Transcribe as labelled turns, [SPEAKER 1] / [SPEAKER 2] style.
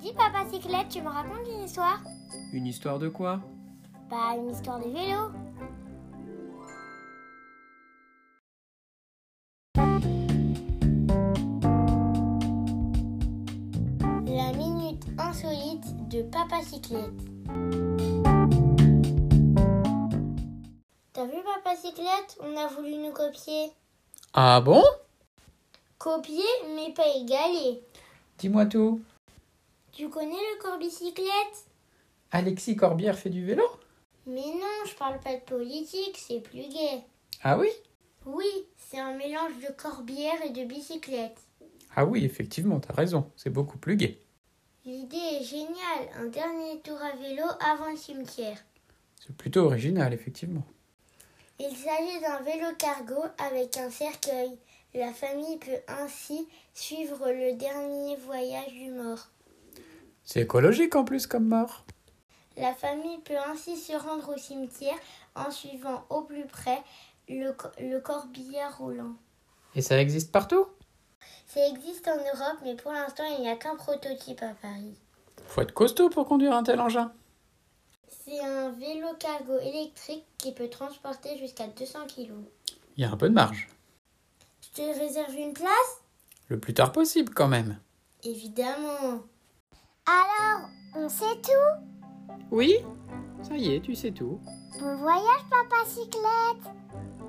[SPEAKER 1] Dis papa cyclette, tu me racontes une histoire
[SPEAKER 2] Une histoire de quoi
[SPEAKER 1] Bah une histoire de vélo. La minute insolite de papa cyclette. T'as vu papa cyclette On a voulu nous copier.
[SPEAKER 2] Ah bon
[SPEAKER 1] Copier mais pas égaler.
[SPEAKER 2] Dis-moi tout.
[SPEAKER 1] Tu connais le corps bicyclette
[SPEAKER 2] Alexis Corbière fait du vélo
[SPEAKER 1] Mais non, je parle pas de politique, c'est plus gai.
[SPEAKER 2] Ah oui
[SPEAKER 1] Oui, c'est un mélange de corbière et de bicyclette.
[SPEAKER 2] Ah oui, effectivement, t'as raison, c'est beaucoup plus gai.
[SPEAKER 1] L'idée est géniale, un dernier tour à vélo avant le cimetière.
[SPEAKER 2] C'est plutôt original, effectivement.
[SPEAKER 1] Il s'agit d'un vélo cargo avec un cercueil. La famille peut ainsi suivre le dernier voyage du mort.
[SPEAKER 2] C'est écologique en plus comme mort.
[SPEAKER 1] La famille peut ainsi se rendre au cimetière en suivant au plus près le, co- le corbillard roulant.
[SPEAKER 2] Et ça existe partout
[SPEAKER 1] Ça existe en Europe, mais pour l'instant, il n'y a qu'un prototype à Paris.
[SPEAKER 2] Faut être costaud pour conduire un tel engin.
[SPEAKER 1] C'est un vélo cargo électrique qui peut transporter jusqu'à 200 kg.
[SPEAKER 2] Il y a un peu de marge.
[SPEAKER 1] Je te réserve une place
[SPEAKER 2] Le plus tard possible quand même.
[SPEAKER 1] Évidemment. Alors, on sait tout.
[SPEAKER 2] Oui Ça y est, tu sais tout.
[SPEAKER 1] Bon voyage, papa cyclette.